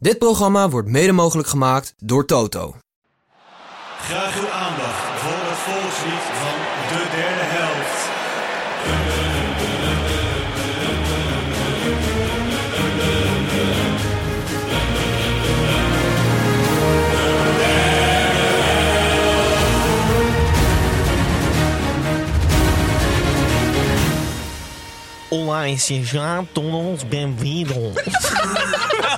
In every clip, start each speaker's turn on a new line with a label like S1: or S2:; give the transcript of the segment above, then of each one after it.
S1: Dit programma wordt mede mogelijk gemaakt door Toto.
S2: Graag uw aandacht voor het volkslied van de derde helft.
S3: Olá, sensatos, bem-vindos.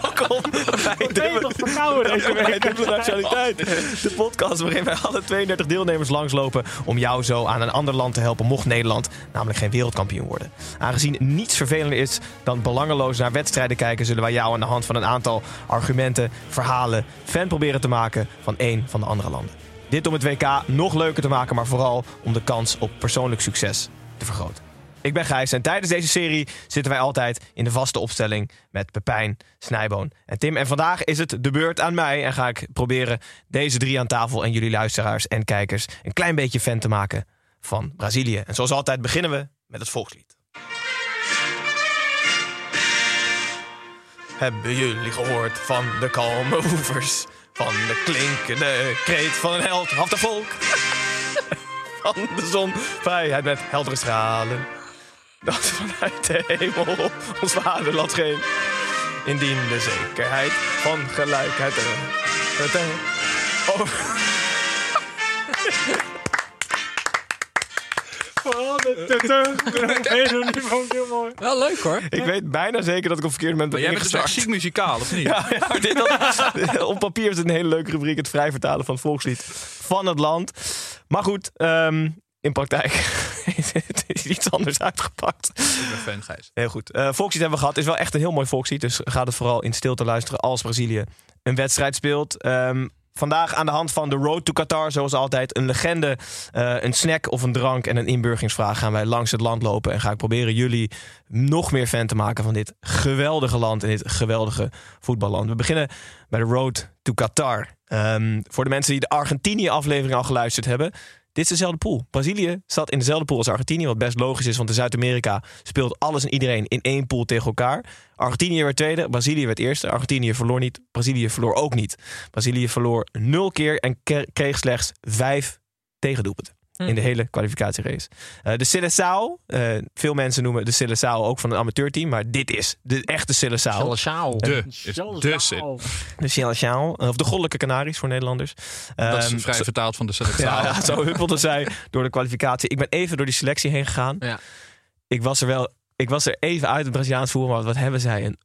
S3: Welkom bij de...
S4: verkouden deze
S3: Bij Dubbele Nationaliteit. De podcast waarin wij alle 32 deelnemers langslopen om jou zo aan een ander land te helpen mocht Nederland namelijk geen wereldkampioen worden. Aangezien niets vervelender is dan belangeloos naar wedstrijden kijken, zullen wij jou aan de hand van een aantal argumenten, verhalen, fan proberen te maken van één van de andere landen. Dit om het WK nog leuker te maken, maar vooral om de kans op persoonlijk succes te vergroten. Ik ben Gijs en tijdens deze serie zitten wij altijd in de vaste opstelling met Pepijn, Snijboon en Tim. En vandaag is het de beurt aan mij en ga ik proberen deze drie aan tafel en jullie luisteraars en kijkers een klein beetje fan te maken van Brazilië. En zoals altijd beginnen we met het volkslied. Hebben jullie gehoord van de kalme oevers? Van de klinkende kreet van een held, af de volk van de zon. Vrijheid met heldere stralen. Dat vanuit de hemel ons vaderland geeft. Indien de zekerheid van gelijkheid. eh, het, eh, oh. over-
S5: Wel leuk hoor.
S3: Ik weet bijna zeker dat ik op verkeerd moment ben
S5: Jij bent dus echt
S3: ingestart.
S5: ziek muzikaal, of niet?
S3: Ja, ja, maar dit had- op papier is het een hele leuke rubriek. Het vrij vertalen van het volkslied van het land. Maar goed, ehm, in praktijk is het iets anders uitgepakt.
S5: Ik ben fan, Gijs.
S3: Heel goed. Eh volkslied hebben we gehad. Is wel echt een heel mooi volkslied. Dus ga het vooral in stilte luisteren als Brazilië een wedstrijd speelt. Ehm, vandaag aan de hand van de Road to Qatar. Zoals altijd een legende, eh, een snack of een drank en een inburgingsvraag. Gaan wij langs het land lopen. En ga ik proberen jullie nog meer fan te maken van dit geweldige land. En dit geweldige voetballand. We beginnen bij de Road to Qatar. Ehm, voor de mensen die de Argentinië-aflevering al geluisterd hebben. Dit is dezelfde pool. Brazilië staat in dezelfde pool als Argentinië. Wat best logisch is, want in Zuid-Amerika speelt alles en iedereen in één pool tegen elkaar. Argentinië werd tweede, Brazilië werd eerste. Argentinië verloor niet, Brazilië verloor ook niet. Brazilië verloor nul keer en ke- kreeg slechts vijf tegendoelpunten. In
S5: Hm.
S3: de hele kwalificatierace. Eh, de Seleção, eh, veel mensen noemen de Seleção ook van een amateurteam, maar dit is de echte Seleção.
S5: Oh, De. Is de zin.
S3: De Seleção, of de Goddelijke Canaries voor Nederlanders.
S5: Dat is
S3: Ehm,
S5: vrij
S3: zo-
S5: vertaald van de
S3: ja,
S5: selectaal.
S3: ja, zo huppelde zij door de kwalificatie. Ik ben even door die selectie heen gegaan.
S5: Ja.
S3: Ik was er wel. Ik was er even uit het Braziliaans voetbal. maar Wat hebben zij? Een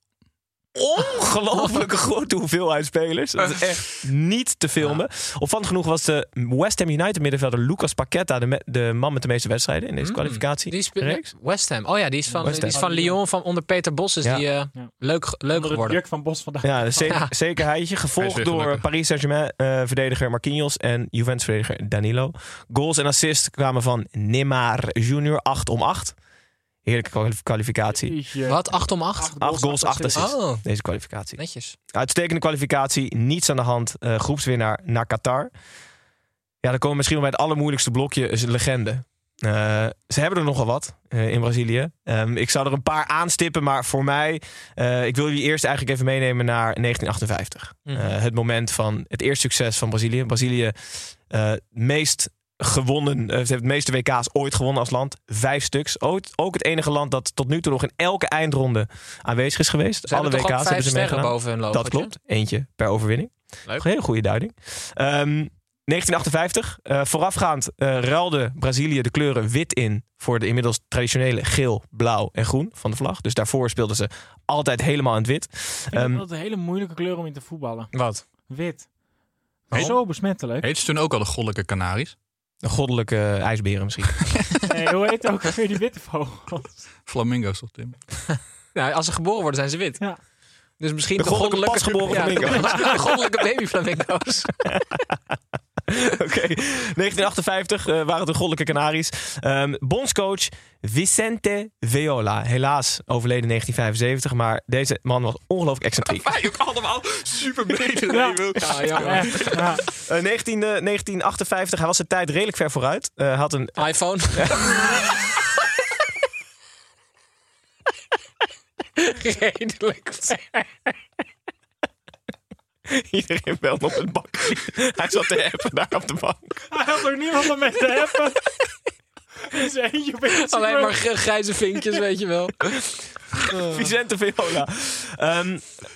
S3: ongelooflijke grote hoeveelheid spelers. Dat is echt niet te filmen. Opvallend genoeg was de West Ham United middenvelder Lucas Paqueta de, me- de man met de meeste wedstrijden in deze kwalificatie.
S6: Mm. Die
S3: Reeks.
S6: speelt West Ham. Oh ja, die is van,
S3: West
S4: eh,
S6: die is
S3: Ham.
S6: van Lyon, van onder Peter Bos. Is
S3: Ja.
S6: die eh, leuk, leuk
S4: Onder het
S6: geworden.
S4: juk van Bos vandaag.
S3: Ja, zeker,
S6: Ja.
S3: zekerheidje.
S5: Hij
S3: Gevolgd
S5: is weer
S3: door
S5: gelukkig.
S3: Paris Saint-Germain-verdediger Marquinhos en Juventus-verdediger Danilo. Goals en assists kwamen van Neymar Junior, 8 om 8. Heerlijke kwalif- kwalificatie.
S4: Jeetje.
S6: Wat? 8 om 8?
S3: 8 goals, 8 assists.
S6: Oh,
S3: Deze kwalificatie.
S6: netjes.
S3: Uitstekende kwalificatie, niets aan de hand. Eh, groepswinnaar naar Qatar. Ja, dan komen we misschien wel bij het allermoeilijkste blokje, is een legende. Eh, ze hebben er nogal wat eh, in Brazilië. Ehm, ik zou er een paar aanstippen, maar voor mij... eh, ik wil jullie eerst eigenlijk even meenemen naar 1958.
S6: Mhm.
S3: Eh, het moment van het eerste succes van Brazilië. Brazilië eh, meest gewonnen, eh, ze heeft het meeste WK's ooit gewonnen als land. Vijf stuks. Ooit, ook het enige land dat tot nu toe nog in elke eindronde aanwezig is geweest.
S6: Ze
S3: Alle
S6: hebben
S3: WK's
S6: toch ook
S3: hebben
S6: vijf
S3: ze
S6: sterren
S3: meegedaan.
S6: boven hun logo.
S3: Dat klopt. Eentje per overwinning.
S6: Leuk.
S3: Een hele goede duiding. Ehm, 1958. eh, voorafgaand eh, ruilde Brazilië de kleuren wit in voor de inmiddels traditionele geel, blauw en groen van de vlag. Dus daarvoor speelden ze altijd helemaal in het wit.
S4: Ik vind
S3: Ehm,
S4: dat een hele moeilijke kleur om in te voetballen.
S6: Wat?
S4: Wit.
S5: Waarom?
S4: Zo besmettelijk.
S5: Heet ze toen ook al de Goddelijke Canaries?
S3: een goddelijke eh, ijsberen misschien.
S4: Nee, hoe heet ook weer die witte vogels?
S5: Flamingo's toch, Tim?
S6: Nou, als ze geboren worden, zijn ze wit.
S4: Ja.
S6: Dus misschien
S3: De
S6: de
S3: goddelijke
S6: goddelijke,
S3: pasgeboren
S6: ja,
S3: flamingo.
S6: de goddelijke baby flamingo's.
S3: Oké, 1958 eh, waren het de Goddelijke Canaries. Ehm, bondscoach Vicente Viola. Helaas overleden in 1975, maar deze man was ongelooflijk excentriek.
S5: Wij ook allemaal super meegegeven.
S6: Ja, jammer.
S4: Echt, ja.
S3: Eh, 19, eh, 1958, hij was zijn tijd redelijk ver vooruit. Eh, had een
S6: iPhone. Redelijk.
S3: Iedereen belde op het bank. Hij zat te appen daar op de bank.
S4: Hij had ook niemand om mee te hebben. Dus eentje op Instagram.
S6: Alleen maar gr- grijze vinkjes, weet je wel.
S3: Vicente Viola. Ehm,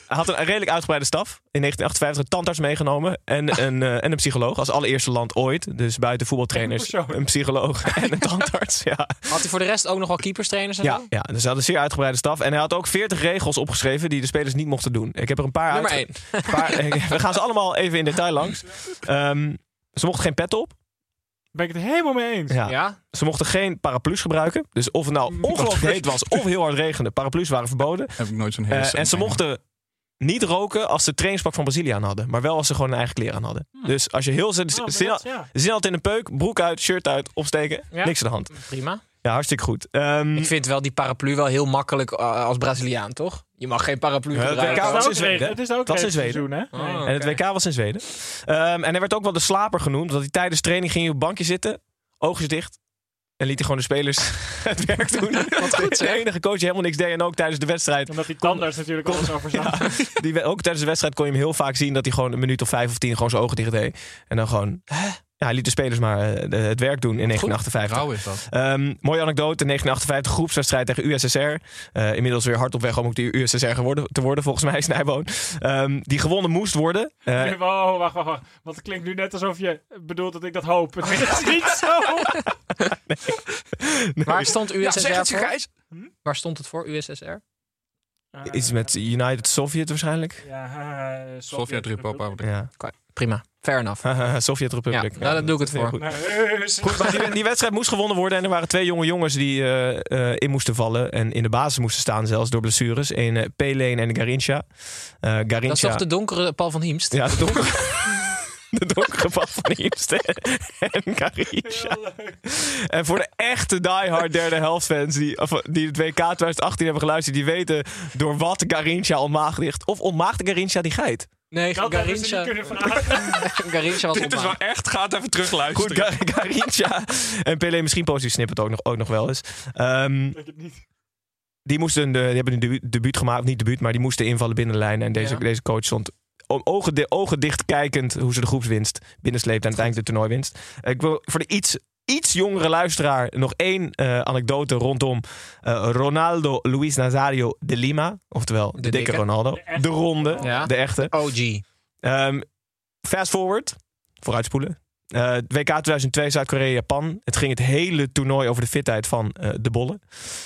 S3: hij had een redelijk uitgebreide staf. In 1958 een tandarts meegenomen. En een, eh, en een psycholoog. Als allereerste land ooit. Dus buiten voetbaltrainers.
S4: Persoon.
S3: Een psycholoog en een tandarts. Ja.
S6: Had hij voor de rest ook nog wel keeperstrainers en
S3: Ja,
S6: zo?
S3: ja, dus hij had een zeer uitgebreide staf. En hij had ook 40 regels opgeschreven die de spelers niet mochten doen. Ik heb er een paar
S6: Nummer
S3: uit.
S6: één.
S3: we gaan ze allemaal even in detail langs. Ehm, ze mochten geen pet op.
S4: Ben ik het helemaal mee eens.
S3: Ja.
S6: Ja?
S3: Ze mochten geen paraplu's gebruiken. Dus of het nou ongelooflijk heet was of heel hard regende, paraplu's waren verboden.
S5: Heb ik nooit zo'n hele
S3: Eh, en ze mochten niet roken als ze trainingspak van Brazilië aan hadden. Maar wel als ze gewoon hun eigen kleren aan hadden. Dus als je heel zin,
S4: Oh, maar
S3: zin,
S4: dat-
S3: had-
S4: ja.
S3: zin had in een peuk, broek uit, shirt uit, opsteken,
S6: Ja.
S3: niks aan de hand.
S6: Prima.
S3: Ja, hartstikke goed. Ehm,
S6: Ik vind wel die paraplu wel heel makkelijk eh, als Braziliaan, toch? Je mag geen paraplu
S3: Ja, dat
S6: gebruiken.
S3: kan
S4: Het is
S3: in
S4: ook
S3: Zweden.
S4: regen- Het is ook
S3: Dat is in Zweden.
S4: regenseizoen, hè?
S6: Oh,
S3: En het
S6: oké.
S3: WK was in Zweden. Ehm, en hij werd ook wel de slaper genoemd, omdat hij tijdens training ging op het bankje zitten, oogjes dicht. En liet hij gewoon de spelers het werk doen. Want
S6: goed,
S3: de
S6: zeg.
S3: enige coach die helemaal niks deed. En ook tijdens de wedstrijd.
S4: Omdat die tandarts natuurlijk alles overzag.
S3: Die, we- ook tijdens de wedstrijd kon je hem heel vaak zien dat hij gewoon een minuut of vijf of tien gewoon zijn ogen dicht deed. En dan gewoon. Ja, hij liet de spelers maar eh, de- het werk doen in 1958.
S5: Rauw is dat.
S3: Ehm, mooie anekdote, 1958 groepswedstrijd tegen USSR. Eh, inmiddels weer hard op weg om ook die USSR geworden, te worden, volgens mij, Snijboon. Ehm, die gewonnen moest worden. Eh,
S4: Oh, wacht, wacht, wacht. Want het klinkt nu net alsof je bedoelt dat ik dat hoop. Het is niet zo.
S6: Waar stond
S5: Ja,
S6: USSR
S5: zeg het je,
S6: voor?
S5: Gijs.
S6: Waar stond het voor, USSR?
S3: Iets met United Soviet waarschijnlijk.
S4: Ja, eh,
S5: Sovjet-Republiek.
S3: Ja.
S6: Oké, Prima. Fair enough. Ja,
S3: Sovjet-Republiek.
S6: nou, daar doe ik het
S3: heel
S6: voor.
S3: goed.
S4: Nee, eh, is-
S3: Goed, maar die, die wedstrijd moest gewonnen worden. En er waren twee jonge jongens die eh, eh, in moesten vallen. En in de basis moesten staan zelfs door blessures. In eh Peleen en Garincha. Eh Garincha.
S6: Dat is toch de donkere Paul van Hiemst?
S3: Ja, de donkere... De donkere bal van Hiemste en Garincha.
S4: Heel leuk.
S3: En voor de echte diehard derde helft fans die, of, die het WK 2018 hebben geluisterd... die weten door wat Garincha onmaagd ligt. Of onmaagde Garincha die geit.
S6: Nee,
S4: Dat hebben ze niet
S6: Garincha,
S4: kunnen vragen.
S6: Garincha was
S5: Dit is wel
S6: opmaak.
S5: echt. Ga het even
S3: Goed,
S5: terugluisteren.
S3: Gar- Garincha en Pelé, misschien positief snippet ook nog, ook nog wel eens. Ehm,
S4: Ik het niet.
S3: die, moesten, een, eh, die hebben een debu- debuut gemaakt, niet debuut, maar die moesten invallen binnen de lijn. En deze,
S6: Ja.
S3: deze coach stond o- ogen, di- ogen dicht kijkend hoe ze de groepswinst binnensleept en uiteindelijk de toernooiwinst. Eh, Ik wil voor de iets, iets jongere luisteraar nog één eh, anekdote rondom eh, Ronaldo Luis Nazario de Lima. Oftewel, de,
S6: De
S3: dikke
S6: dikke.
S3: Ronaldo.
S4: De echte
S3: De ronde,
S6: Ja.
S3: de echte.
S6: OG.
S3: Ehm, fast forward, vooruitspoelen. Eh, het WK 2002 Zuid-Korea-Japan. Het ging het hele toernooi over de fitheid van eh, de bollen.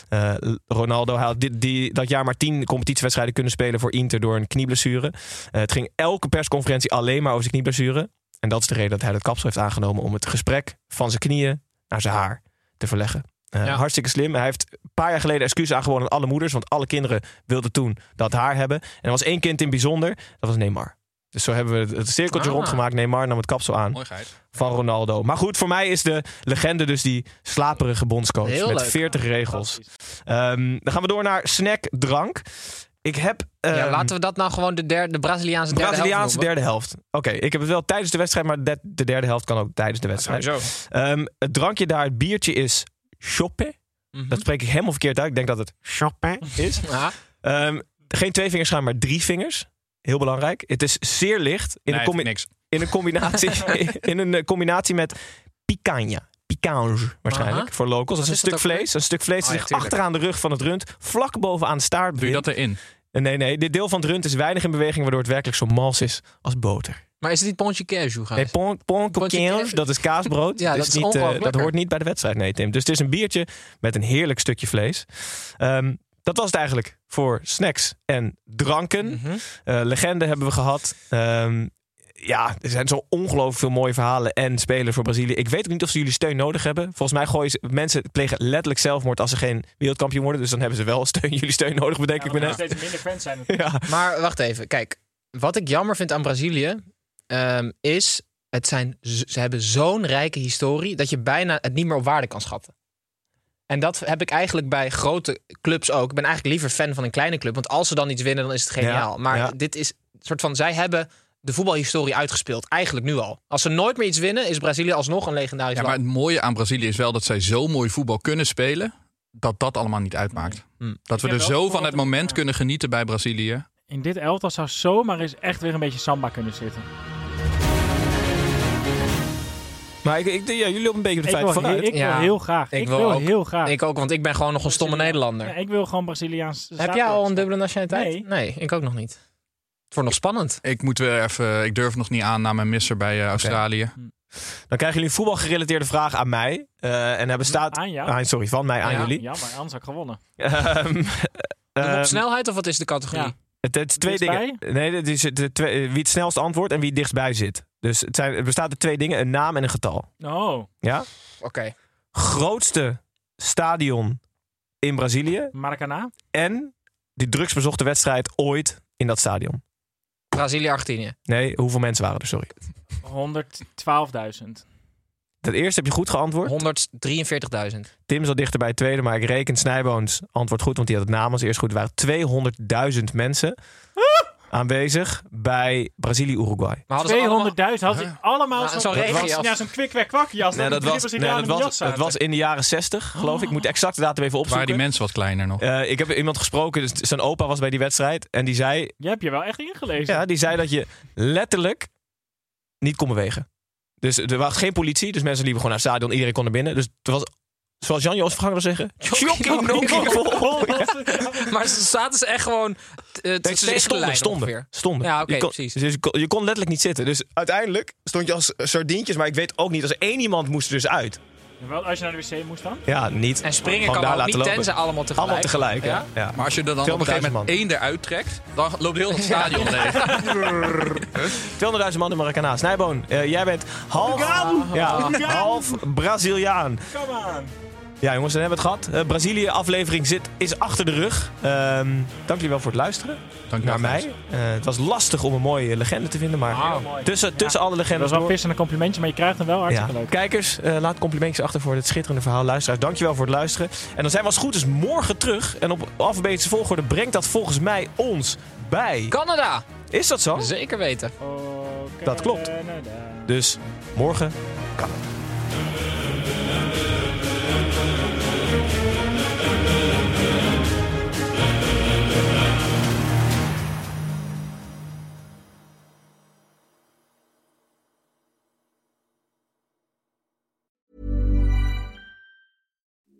S3: Eh, Ronaldo hij had dit, die, dat jaar maar tien competitiewedstrijden kunnen spelen voor Inter door een knieblessure. Eh, het ging elke persconferentie alleen maar over zijn knieblessure. En dat is de reden dat hij dat kapsel heeft aangenomen om het gesprek van zijn knieën naar zijn haar te verleggen. Eh,
S6: Ja.
S3: Hartstikke slim. Hij heeft een paar jaar geleden excuses aangeboden aan alle moeders, want alle kinderen wilden toen dat haar hebben. En er was één kind in bijzonder, dat was Neymar. Dus zo hebben we het- het cirkeltje
S6: Ah.
S3: rondgemaakt. Neymar nam het kapsel aan
S5: Mooi, Gijs.
S3: van Ronaldo. Maar goed, voor mij is de legende dus die slaperige bondscoach
S6: Heel
S3: met
S6: leuk.
S3: 40 regels. Ehm, dan gaan we door naar snack drank. Ik heb ehm,
S6: ja, laten we dat nou gewoon de, derde, de Braziliaanse derde
S3: Braziliaanse
S6: helft
S3: derde helft. Oké, ik heb het wel tijdens de wedstrijd, maar dat- de derde helft kan ook tijdens de wedstrijd.
S6: Sowieso.
S3: Ehm, het drankje daar, het biertje is choppe.
S6: Mhm.
S3: Dat spreek ik helemaal verkeerd uit. Ik denk dat het choppe is.
S6: Ja,
S3: Ehm, geen twee vingers gaan, maar drie vingers. Heel belangrijk. Het is zeer licht. In, een,
S5: Nee,
S3: combi-
S5: niks.
S3: in een combinatie, in een eh, combinatie met picanha. Picange waarschijnlijk
S6: Aha.
S3: voor locals. Dat is
S6: Wat
S3: een
S6: is
S3: stuk
S6: dat ook weer?
S3: vlees. Een stuk vlees
S6: Ah,
S3: dat
S6: ja,
S3: zich
S6: tuurlijk.
S3: achteraan de rug van het rund, vlak bovenaan de staart
S5: Doe je
S3: bevindt.
S5: dat erin?
S3: Nee, nee. Dit deel van het rund is weinig in beweging, waardoor het werkelijk zo mals is als boter.
S6: Maar is het niet Pontje Casual, Gijs?
S3: Nee, pon, pon,
S6: Pontje
S3: coquins,
S6: kerst.
S3: dat is kaasbrood.
S6: Ja,
S3: is
S6: dat is
S3: niet, eh,
S6: ongelooflijk
S3: dat
S6: lekker.
S3: hoort niet bij de wedstrijd, nee, Tim. Dus het is een biertje met een heerlijk stukje vlees. Ehm, dat was het eigenlijk voor snacks en dranken.
S6: Mhm.
S3: Eh, legende hebben we gehad. Ehm, ja, er zijn zo ongelooflijk veel mooie verhalen en spelen voor Brazilië. Ik weet ook niet of ze jullie steun nodig hebben. Volgens mij gooien ze, mensen plegen letterlijk zelfmoord als ze geen wereldkampioen worden. Dus dan hebben ze wel steun, jullie steun nodig, bedenk
S4: Ja,
S3: ik
S4: we
S3: me
S4: gaan
S3: net.
S4: steeds minder fans zijn.
S3: Ja.
S6: Maar wacht even, kijk. Wat ik jammer vind aan Brazilië ehm, is, het zijn, z- ze hebben zo'n rijke historie dat je bijna het niet meer op waarde kan schatten. En dat heb ik eigenlijk bij grote clubs ook. Ik ben eigenlijk liever fan van een kleine club, want als ze dan iets winnen, dan is het geniaal.
S3: Ja,
S6: maar
S3: ja.
S6: dit is een soort van, zij hebben de voetbalhistorie uitgespeeld, eigenlijk nu al. Als ze nooit meer iets winnen, is Brazilië alsnog een legendarisch
S5: Ja, maar
S6: land.
S5: het mooie aan Brazilië is wel dat zij zo mooi voetbal kunnen spelen. Dat dat allemaal niet uitmaakt.
S3: Mm.
S5: Dat we
S4: Ik
S5: er
S4: heb wel
S5: zo
S4: gehoord
S5: van het
S4: dat-
S5: moment
S4: ja.
S5: kunnen genieten bij Brazilië.
S4: In dit elftal zou zomaar eens echt weer een beetje samba kunnen zitten.
S3: Maar ik, ik, ja, jullie lopen een beetje op de
S4: Ik
S3: feiten
S4: wil, heel,
S3: vooruit.
S4: ik
S6: Ja.
S4: wil heel graag.
S6: Ik
S4: Ik,
S6: wil
S4: wil,
S6: ook.
S4: heel graag.
S6: Ik ook, want ik ben gewoon nog een stomme
S4: Brazilië.
S6: Nederlander.
S4: Ja, ik wil gewoon Braziliaans.
S6: heb jij al een dubbele nationaliteit?
S4: Nee.
S6: ik ook nog niet. Het wordt nog spannend.
S5: Ik moet weer even. Ik durf nog niet aan naar mijn misser bij eh, Australië.
S3: Dan krijgen jullie een voetbalgerelateerde vraag aan mij. eh, en hij
S6: Mhm.
S3: bestaat...
S4: Aan jou?
S3: Ah, sorry, van mij aan
S6: Ja.
S3: jullie.
S4: Jammer, anders had ik gewonnen.
S3: Ehm,
S6: Doen we
S3: ehm,
S6: op snelheid of wat is de categorie?
S4: Ja.
S3: Het, het is twee
S4: Dichtstbij?
S3: dingen. Nee, het is de twee, wie het snelst antwoordt en wie het dichtstbij zit. Dus het, zijn, het bestaat uit twee dingen: een naam en een getal.
S4: Oh,
S3: Ja?
S6: Oké.
S3: Grootste stadion in Brazilië
S4: Maracana?
S3: en die drugsbezochte wedstrijd ooit in dat stadion.
S6: Brazilië, Argentinië.
S3: Nee, hoeveel mensen waren er? Sorry.
S4: 112.000.
S3: Dat eerste heb je goed geantwoord.
S6: 143.000.
S3: Tim zat dichter bij het tweede, maar ik reken Snijboons antwoord goed, want die had het naam als eerst goed. Er waren 200.000 mensen aanwezig bij Brazilië-Uruguay.
S6: Maar
S4: 200.000
S6: allemaal-
S4: hadden ze allemaal
S6: Ja,
S4: zo'n
S6: zo'n regenjas.
S4: Ja, zo'n kwik kwak kwak jas.
S3: Nee, dat was, nee, dat was, het was in de jaren 60, geloof
S6: Oh.
S3: ik. Ik moet de exacte datum even opzoeken.
S5: Waren die mensen wat kleiner nog?
S3: Eh, ik heb iemand gesproken, dus zijn opa was bij die wedstrijd. En die zei,
S4: Je hebt je wel echt ingelezen.
S3: ja, die zei dat je letterlijk niet kon bewegen. Dus er was geen politie, dus mensen liepen gewoon naar het stadion. Iedereen kon er binnen. Dus het was, zoals Jan-Jos van Gaal zou zeggen...
S6: Oh,
S3: Tjokkie, vol. Ja.
S6: Maar ze zaten ze echt gewoon... Het
S3: Nee, ze stonden, stonden, stonden.
S6: Ja, oké,
S3: Je kon-
S6: precies.
S3: Dus je kon, je kon letterlijk niet zitten. Dus uiteindelijk stond je als sardientjes. Maar ik weet ook niet, als één iemand moest er dus uit.
S4: Wel, als je naar de wc moest dan?
S3: Ja, niet.
S6: En springen
S3: Gewoon
S6: kan
S3: daar
S6: ook
S3: laten
S6: niet,
S3: lopen.
S6: tenzij allemaal tegelijk.
S3: Allemaal tegelijk, ja. ja.
S5: Maar als je er dan op een gegeven moment
S3: 200.000
S5: één eruit trekt, dan loopt heel het stadion leeg.
S3: 200.000 man in Maracana. Snijboon, eh, jij bent half, ja, half Braziliaan.
S4: Kom aan.
S3: Ja, jongens, dan hebben we het gehad. Eh, Brazilië aflevering zit, is achter de rug. Ehm, dank jullie wel voor het luisteren
S5: Dank
S3: naar mij. Eh, het was lastig om een mooie legende te vinden, maar tussen, tussen alle
S4: Dat was
S3: legendes
S4: wel
S3: door.
S4: vis en een complimentje, maar je krijgt hem wel
S3: Ja.
S4: hartstikke leuk.
S3: Kijkers, eh, laat complimentjes achter voor dit schitterende verhaal. Luisteraars, dankjewel voor het luisteren. En dan zijn we als het goed is morgen terug. En op alfabetische volgorde brengt dat volgens mij ons bij.
S6: Canada,
S3: Is dat zo?
S6: zeker weten.
S4: Oh,
S3: Dat klopt.
S4: Canada.
S3: Dus morgen